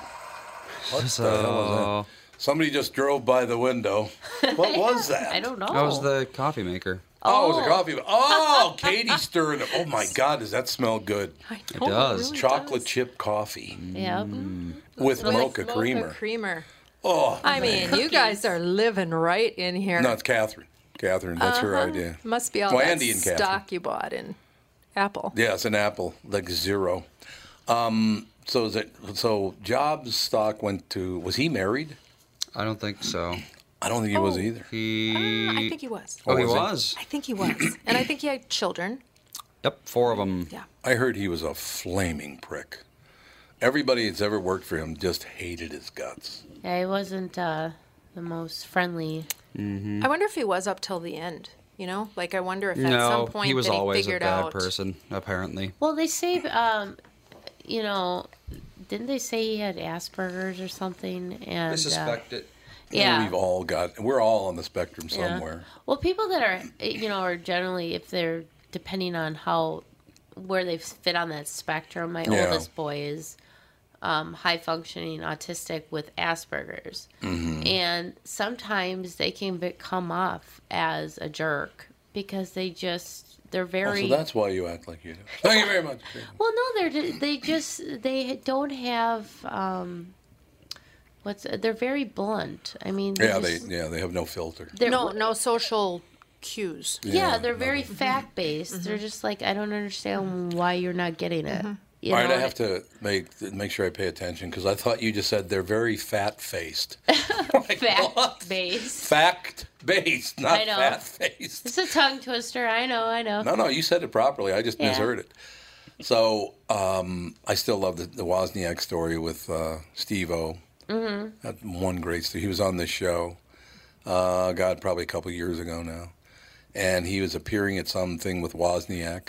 What so the hell was that? Somebody just drove by the window. <laughs> What was that? I don't know. I was the coffee maker. Oh, it was a coffee. <laughs> Oh, Katie stirred it. Oh my God, does that smell good? I It know, does. really Chocolate chip coffee Yeah. Mm. with With mocha creamer. creamer. Oh, I mean, you guys are living right in here. no, it's Catherine. Catherine, that's her idea. Must be all Well, that Andy and Catherine. stock you bought in Apple. Yeah, it's an apple, like zero. Um, so is it? So Jobs' stock went to. Was he married? I don't think so. I don't think he was either. He I think he was. oh, he was he? was. I think he was, and I think he had children. Yep, four of them. Yeah. I heard he was a flaming prick. Everybody that's ever worked for him just hated his guts. Yeah, he wasn't uh, the most friendly. Mm-hmm. I wonder if he was up till the end. You know, like I wonder if at some No, point he was that always he a figured bad out. person, apparently. Well, they say, um, you know, didn't they say he had Asperger's or something? And I uh, suspect it. yeah. We've all got. We're all on the spectrum Yeah. somewhere. Well, people that are, eh, you know, are generally, if they're depending on how, where they fit on that spectrum, my Yeah. oldest boy is um, high functioning autistic with Asperger's. Mm-hmm. And sometimes they can be- come off as a jerk because they just, they're Oh, so very. that's why you act like you do. Thank you very much. <laughs> Well, no, they're ju- they just they don't have um, what's they're very blunt. I mean, Yeah, they just- yeah they have no filter. they're, No, no social cues. yeah, they're very fact based. They're just like I don't understand why you're not getting it. You All right, know? I have <laughs> to make make sure I pay attention because I thought you just said they're very Oh fat <laughs> <laughs> faced, fact based. fact based, not I know. fat faced. It's a tongue twister. I know, I know. No, no, you said it properly. I just Yeah. misheard it. So um, I still love the, the Wozniak story with uh, Steve O. Mm-hmm. That one great story. He was on this show, uh, God, probably a couple years ago now, and he was appearing at something with Wozniak.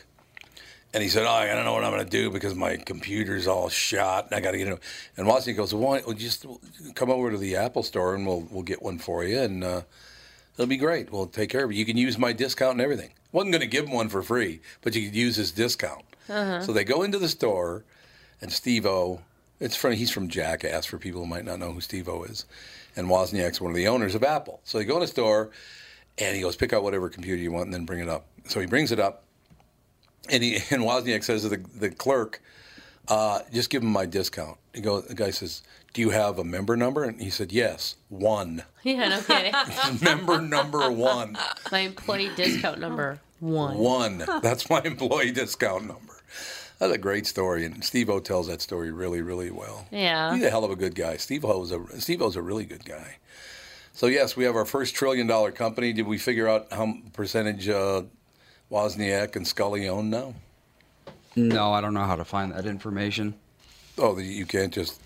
And he said, oh, I don't know what I'm going to do because my computer's all shot and I got to get it. And Wozniak goes, well, why don't you just come over to the Apple store and we'll, we'll get one for you and uh, it'll be great. We'll take care of it. You can use my discount and everything. Wasn't going to give him one for free, but you could use his discount. So they go into the store and Steve O, it's from, he's from Jackass for people who might not know who Steve O is. And Wozniak's one of the owners of Apple. So they go in the store and he goes, pick out whatever computer you want and <laughs> then bring it up. So he brings it up and he and Wozniak says to the, the clerk, Uh, just give him my discount. He goes, the guy says, Do you have a member number? And he said, Yes, one. <laughs> Yeah, no kidding. member number one. My employee discount number one. One. <laughs> That's my employee discount number. That's a great story, and Steve O tells that story really, really well. Yeah. he's a hell of a good guy. Steve O's a Steve O's a really good guy. So yes, we have our first trillion dollar company. Did we figure out how m- percentage uh, Wozniak and Scully own now? No, I don't know how to find that information. Oh, the, you can't just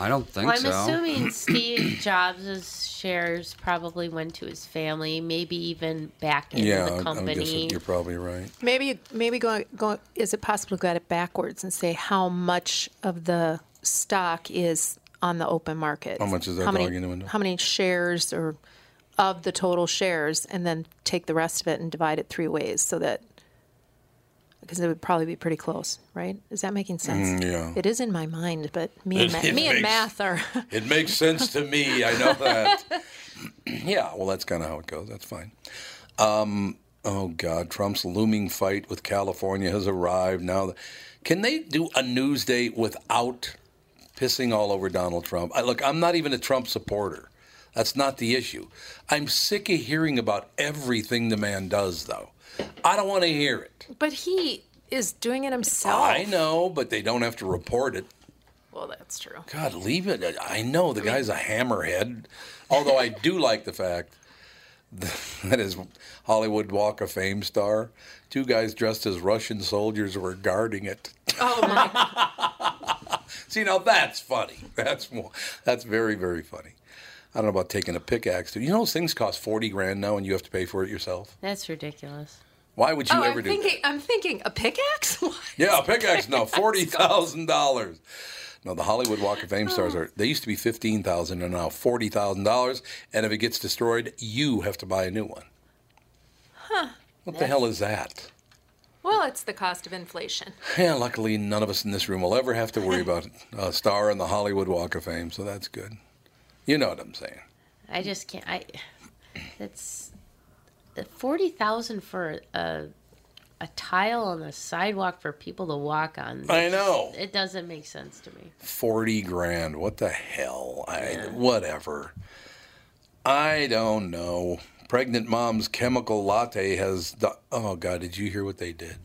I don't think Well, I'm so. assuming Steve <coughs> Jobs' shares probably went to his family, maybe even back into yeah. the I'm- I'm guessing company. you're probably right. Maybe maybe going going is it possible to get it backwards and say how much of the stock is on the open market? How much is that dog many, in the window? How many shares or of the total shares, and then take the rest of it and divide it three ways so that because it would probably be pretty close, right? Is that making sense? Mm, yeah. It is in my mind, but me and It- ma- it me and makes- math are <laughs> It makes sense to me. I know that. <clears throat> yeah, well, that's kind of how it goes. That's fine. Um, oh God, Trump's looming fight with California has arrived. Now, can they do a news day without pissing all over Donald Trump? I, look, I'm not even a Trump supporter. That's not the issue. I'm sick of hearing about everything the man does, though. I don't want to hear it. but he is doing it himself. I know, but they don't have to report it. Well, that's true. God, leave it. I know the guy's a hammerhead. Although I do like the fact that his Hollywood Walk of Fame star, two guys dressed as Russian soldiers were guarding it. Oh my! <laughs> See, now that's funny. That's more. That's very, very funny. I don't know about taking a pickaxe. To, you know, those things cost forty grand now, and you have to pay for it yourself. That's ridiculous. Why would you Oh, ever do? I'm that? thinking. I'm thinking a pickaxe. <laughs> What? Yeah, a <laughs> pickaxe. No, forty thousand dollars. No, the Hollywood Walk of Fame stars are. They used to be fifteen thousand, and now forty thousand dollars. And if it gets destroyed, you have to buy a new one. Huh? What the hell is that? Well, it's the cost of inflation. Yeah, luckily none of us in this room will ever have to <laughs> worry about a star on the Hollywood Walk of Fame, so that's good. You know what I'm saying? I just can't. I. That's forty thousand for a a tile on the sidewalk for people to walk on. I know. It doesn't make sense to me. Forty grand. What the hell? I whatever. I don't know. Pregnant mom's chemical latte has. The, oh God! Did you hear what they did?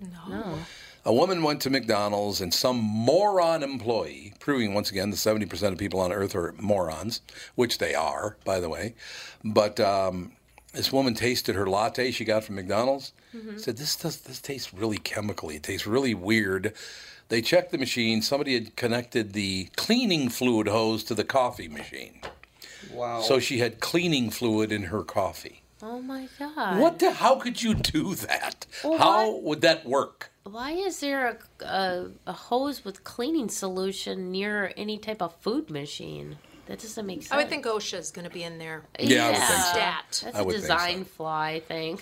No. A woman went to McDonald's and some moron employee, proving once again that 70% of people on earth are morons, which they are, by the way. But um, this woman tasted her latte she got from McDonald's, Mm-hmm. said, this, does, this tastes really chemically. It tastes really weird. They checked the machine. Somebody had connected the cleaning fluid hose to the coffee machine. wow. So she had cleaning fluid in her coffee. Oh my god. What the, how could you do that? Well, how why- would that work? Why is there a, a a hose with cleaning solution near any type of food machine? That doesn't make sense. I would think OSHA's going to be in there. Yeah, I would think so. Stat. That's I a would think so. design fly thing.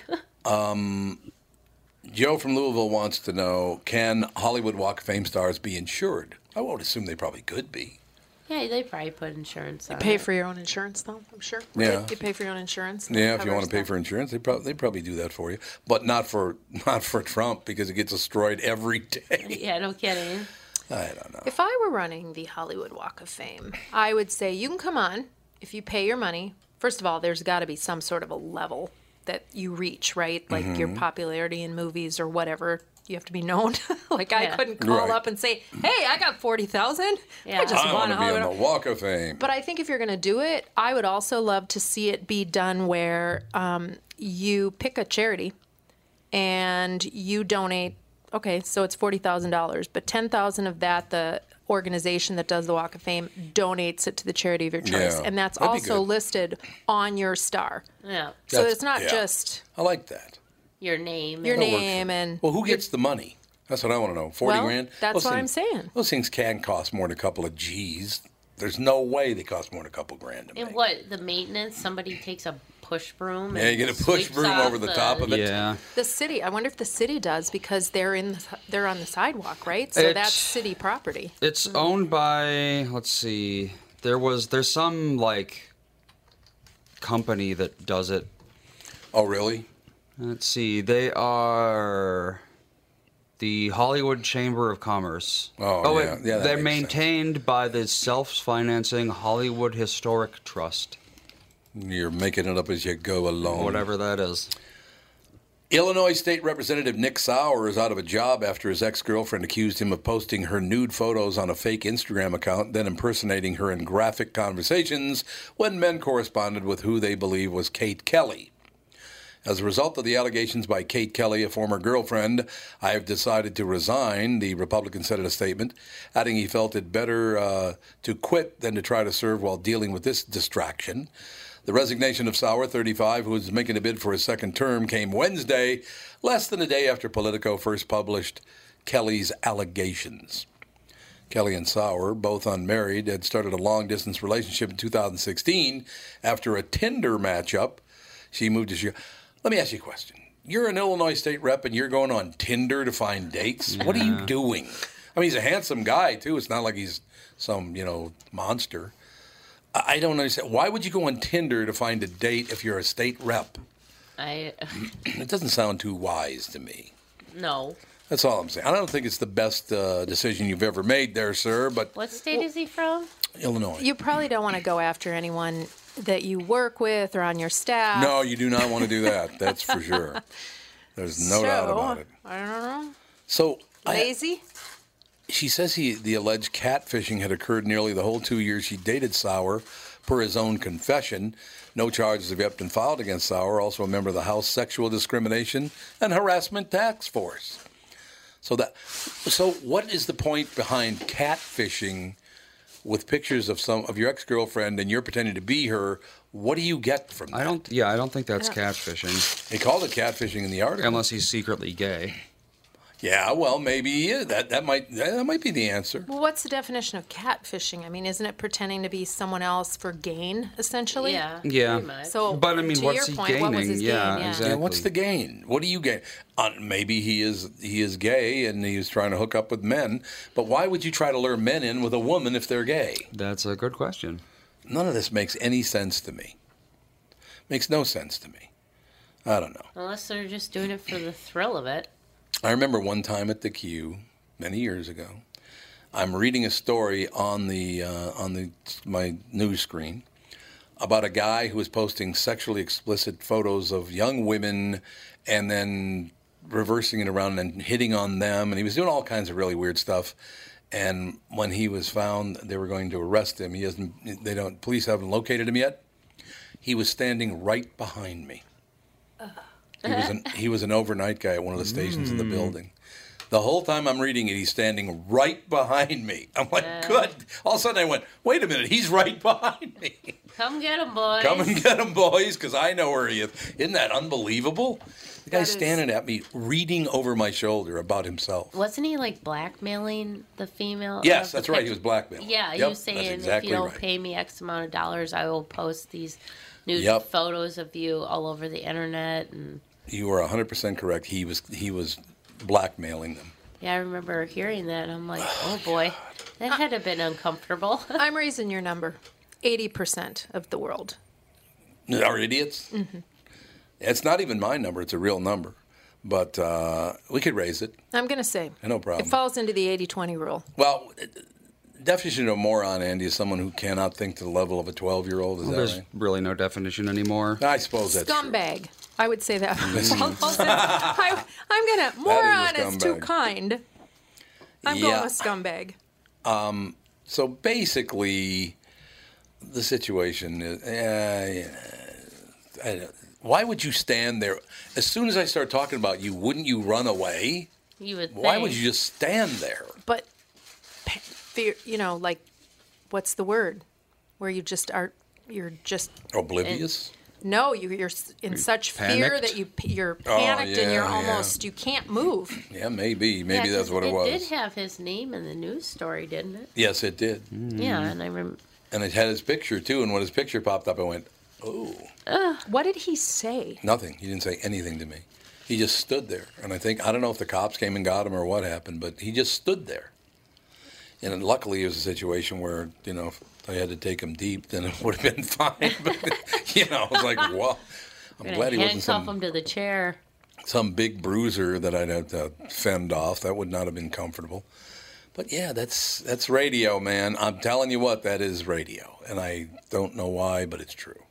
Joe from Louisville wants to know can Hollywood Walk of Fame stars be insured? I would assume they probably could be. <laughs> yeah, they probably put insurance on. Pay it. for your own insurance, though. I'm sure. Yeah. You pay for your own insurance. Yeah, if you Covers want to pay them. for insurance, they probably they probably do that for you, but not for <laughs> not for Trump because it gets destroyed every day. Yeah, no kidding. I don't know. If I were running the Hollywood Walk of Fame, I would say you can come on if you pay your money. First of all, there's got to be some sort of a level that you reach, right? Like your Mm-hmm. popularity in movies or whatever. You have to be known. <laughs> like I Yeah. couldn't call Right. up and say, "Hey, I got forty thousand. Yeah. I <laughs> just I won want a to be on Hollywood." the Walk of Fame. But I think if you're going to do it, I would also love to see it be done where um, you pick a charity and you donate. Okay, so it's forty thousand dollars, but ten thousand of that the organization that does the Walk of Fame donates it to the charity of your choice, Yeah, and that's that'd be also good. listed on your star. Yeah, So That's- it's not yeah. just I like that. your name. your and- works for name and Well, who gets the money? That's what I want to know. Forty Well, grand. that's Those what I'm things- saying. Those things can cost more than a couple of G's. There's no way they cost more than a couple grand. To And make. what the maintenance? Somebody takes a push broom. And Yeah, you get a push sweeps broom off over the top of it. yeah. the city. I wonder if the city does because they're in the, they're on the sidewalk, right? So It's- that's city property. It's owned by let's see. There was there's some like company that does it. Oh, really? Let's see. They are the Hollywood Chamber of Commerce. Oh, yeah. wait, Yeah, that they're makes sense. maintained by the self-financing Hollywood Historic Trust, You're making it up as you go along. whatever that is. Illinois State Representative Nick Sauer is out of a job after his ex girlfriend accused him of posting her nude photos on a fake Instagram account, then impersonating her in graphic conversations when men corresponded with who they believe was Kate Kelly. As a result of the allegations by Kate Kelly, a former girlfriend, I have decided to resign, the Republican said in a statement, adding he felt it better uh, to quit than to try to serve while dealing with this distraction. The resignation of Sauer, 35, who is making a bid for his second term, came Wednesday, less than a day after Politico first published Kelly's allegations. Kelly and Sauer, both unmarried, had started a long distance relationship in 2016 after a Tinder matchup. She moved to Chicago. Let me ask you a question. You're an Illinois state rep and you're going on Tinder to find dates? What are you doing? I mean, he's a handsome guy, too. It's not like he's some, you know, monster. I I don't understand. Why would you go on Tinder to find a date if you're a state rep? <clears throat> I <laughs> It doesn't sound too wise to me. no. That's all I'm saying. I don't think it's the best uh, decision you've ever made there, sir, but What state is he from? Illinois. You probably don't want to go after anyone that you work with or on your staff. No, you do not want to do that. That's for <laughs> sure. There's no so, doubt about it. I don't know. So I, Lazy? she says he the alleged catfishing had occurred nearly the whole two years she dated Sauer, per his own confession. No charges have yet been filed against Sauer, also a member of the House Sexual Discrimination and Harassment Tax Force. So that so what is the point behind catfishing with pictures of some of your ex-girlfriend and you're pretending to be her? What do you get from that? I don't. Yeah, I don't think that's catfishing, They called it catfishing in the article. unless he's secretly gay. Yeah, well, maybe yeah, that that might that might be the answer. Well, what's the definition of catfishing? I mean, isn't it pretending to be someone else for gain, essentially? Yeah. Yeah. pretty much. So, But, I mean, Oh, to what's your he point, What was gaining? his Yeah, gain? Yeah, exactly. what's the gain? What do you gain? Uh, maybe he is he is gay and he's trying to hook up with men. But why would you try to lure men in with a woman if they're gay? That's a good question. None of this makes any sense to me. Makes no sense to me. I don't know. Unless they're just doing it for the thrill of it. I remember one time at the queue many years ago. I'm reading a story on the uh, on the my news screen about a guy who was posting sexually explicit photos of young women and then reversing it around and hitting on them and he was doing all kinds of really weird stuff and when he was found they were going to arrest him he hasn't they don't police haven't located him yet he was standing right behind me he was an he was an overnight guy at one of the stations in the building. The whole time I'm reading it, he's standing right behind me. I'm like, good. All of a sudden, I went, wait a minute, he's right <laughs> behind me. Come get him, boys. Come and get him, boys, because I know where he is. Isn't that unbelievable? The guy's is- standing at me, reading over my shoulder about himself. <laughs> Wasn't he like blackmailing the female? Yes, of the that's right. He was picture? blackmailing. Yeah, Yep, you that's saying exactly if you don't right. pay me X amount of dollars, I will post these nude Yep. photos of you all over the internet. And You are 100% correct. He was he was blackmailing them. yeah, I remember hearing that, and I'm like, oh <sighs> boy, that had to have been uncomfortable. <laughs> I'm raising your number. 80% of the world. are idiots. Mm-hmm. It's not even my number; it's a real number, but uh, we could raise it. I'm going to say. No problem. It falls into the 80 20 rule. Well, definition of a moron, Andy, is someone who cannot think to the level of a twelve-year-old. Is There's that really no definition anymore. right? I suppose that's true. scumbag. I would say <laughs> that. falls in- I, am going to. Moron is, too scumbag. kind. I'm Yeah. going with scumbag. So basically, the situation is. Uh, yeah, I don't- why would you stand there? As soon as I start talking about you, wouldn't you run away? You would. Why would think. you just stand there? But, pa- fear, you know, like, what's the word? Where you just are, you're just Oblivious. No, you, you're s- in such fear panicked? that you you're panicked and you're yeah, yeah. almost you can't move. yeah, maybe. Maybe Yeah, that's 'cause what it, was. It did have his name in the news story, didn't it? yes, it did. Yeah, and I remember. And it had his picture too. And when his picture popped up, I went, "Oh, What did he say? nothing." He didn't say anything to me. He just stood there. And I think I don't know if the cops came and got him or what happened, but he just stood there. And then luckily, it was a situation where you know if I had to take him deep, then it <laughs> would have <laughs> been fine. But you know, I was like, "Wow." I'm Gonna glad he wasn't handcuff some him to the chair. some big bruiser that I'd have to fend off. That would not have been comfortable. But yeah, that's that's radio, man. I'm telling you what, that is radio, and I don't know why, but it's true.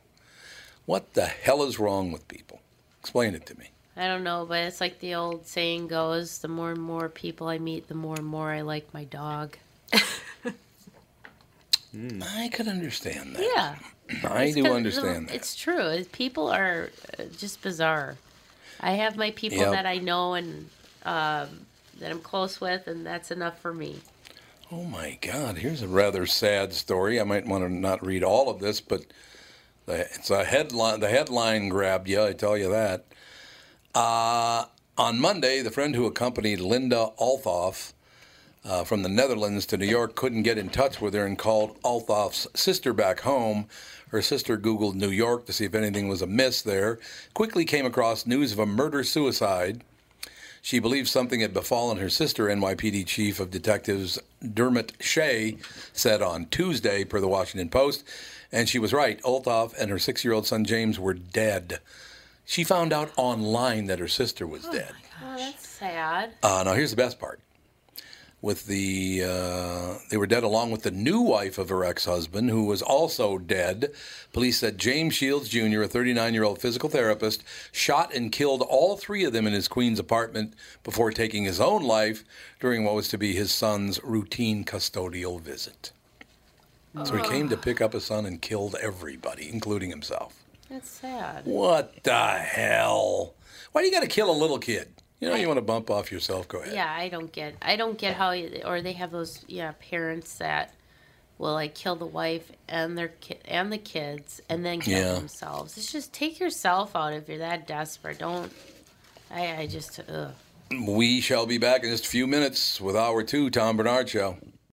What the hell is wrong with people? Explain it to me. I don't know, but it's like the old saying goes: the more and more people I meet, the more and more I like my dog. I could understand that. Yeah, I do 'Cause understand the- that. It's true. It- People are uh, just bizarre. I have my people Yep. that I know and um, that I'm close with, and that's enough for me. Oh my God, here's a rather sad story. I might want to not read all of this, but the, it's a headline. The headline grabbed you, I tell you that. Uh, on Monday, the friend who accompanied Linda Althoff uh, from the Netherlands to New York couldn't get in touch with her and called Althoff's sister back home. Her sister Googled New York to see if anything was amiss there. Quickly came across news of a murder suicide. She believes something had befallen her sister, NYPD Chief of Detectives Dermot Shea said on Tuesday, per the Washington Post. And she was right. Olthoff and her six year old son James were dead. She found out online that her sister was dead. Oh, that's sad. Uh, now, here's the best part. With the, uh, they were dead along with the new wife of her ex-husband, who was also dead. Police said James Shields Jr., a 39-year-old physical therapist, shot and killed all three of them in his Queens apartment before taking his own life during what was to be his son's routine custodial visit. So he came to pick up his son and killed everybody, including himself. That's sad. What the hell? Why do you got to kill a little kid? You know, you want to bump off yourself. Go ahead. Yeah, I don't get. I don't get how, you- or they have those yeah parents that will like kill the wife and their ki- and the kids and then kill Yeah. themselves. It's just take yourself out if you're that desperate. Don't. I I just ugh. We shall be back in just a few minutes with hour two, Tom Bernard Show.